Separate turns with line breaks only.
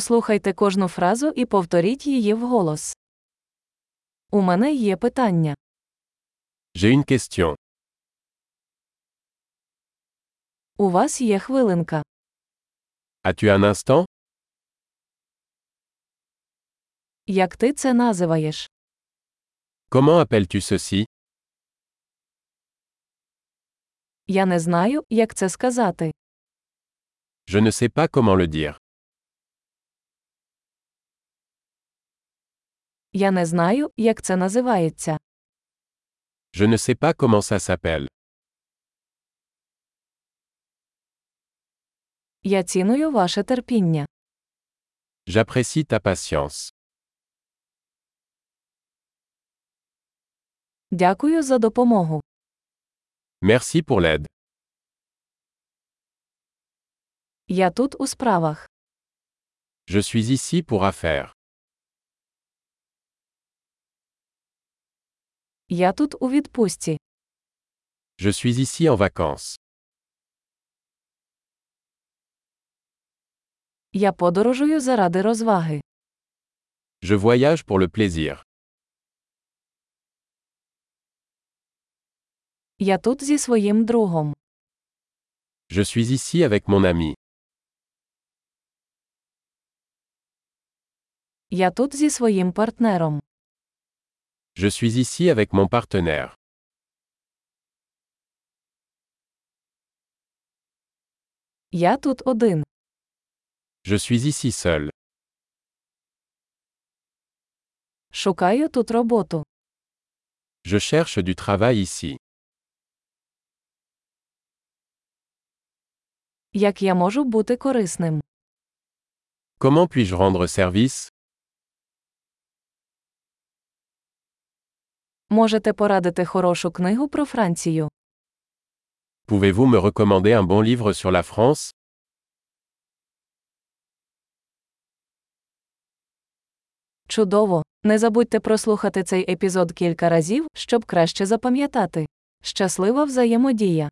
Послухайте кожну фразу і повторіть її вголос. У мене є питання.
J'ai une question.
У вас є хвилинка.
As-tu un instant
Як ти це називаєш?
Comment appelles-tu ceci
Я не знаю, як це сказати.
Je ne sais pas comment le dire.
Я не знаю, як це називається.
Je ne sais pas comment ça s'appelle.
Я ціную ваше терпіння.
J'apprécie ta patience.
Дякую за допомогу.
Merci pour l'aide.
Я тут у справах.
Je suis ici pour affaires.
Я тут у відпустці.
Je suis ici en vacances.
Я подорожую заради розваги.
Je voyage pour le plaisir.
Я тут зі своїм другом.
Je suis ici avec mon ami.
Я тут зі своїм партнером.
Je suis ici avec mon partenaire.
Я тут один.
Je suis ici seul.
Шукаю тут роботу.
Je cherche du travail ici.
Як я можу бути корисним?
Comment puis-je rendre service
Можете порадити хорошу книгу про Францію.
Pouvez-vous me recommander un bon livre sur la France
Чудово! Не забудьте прослухати цей епізод кілька разів, щоб краще запам'ятати. Щаслива взаємодія!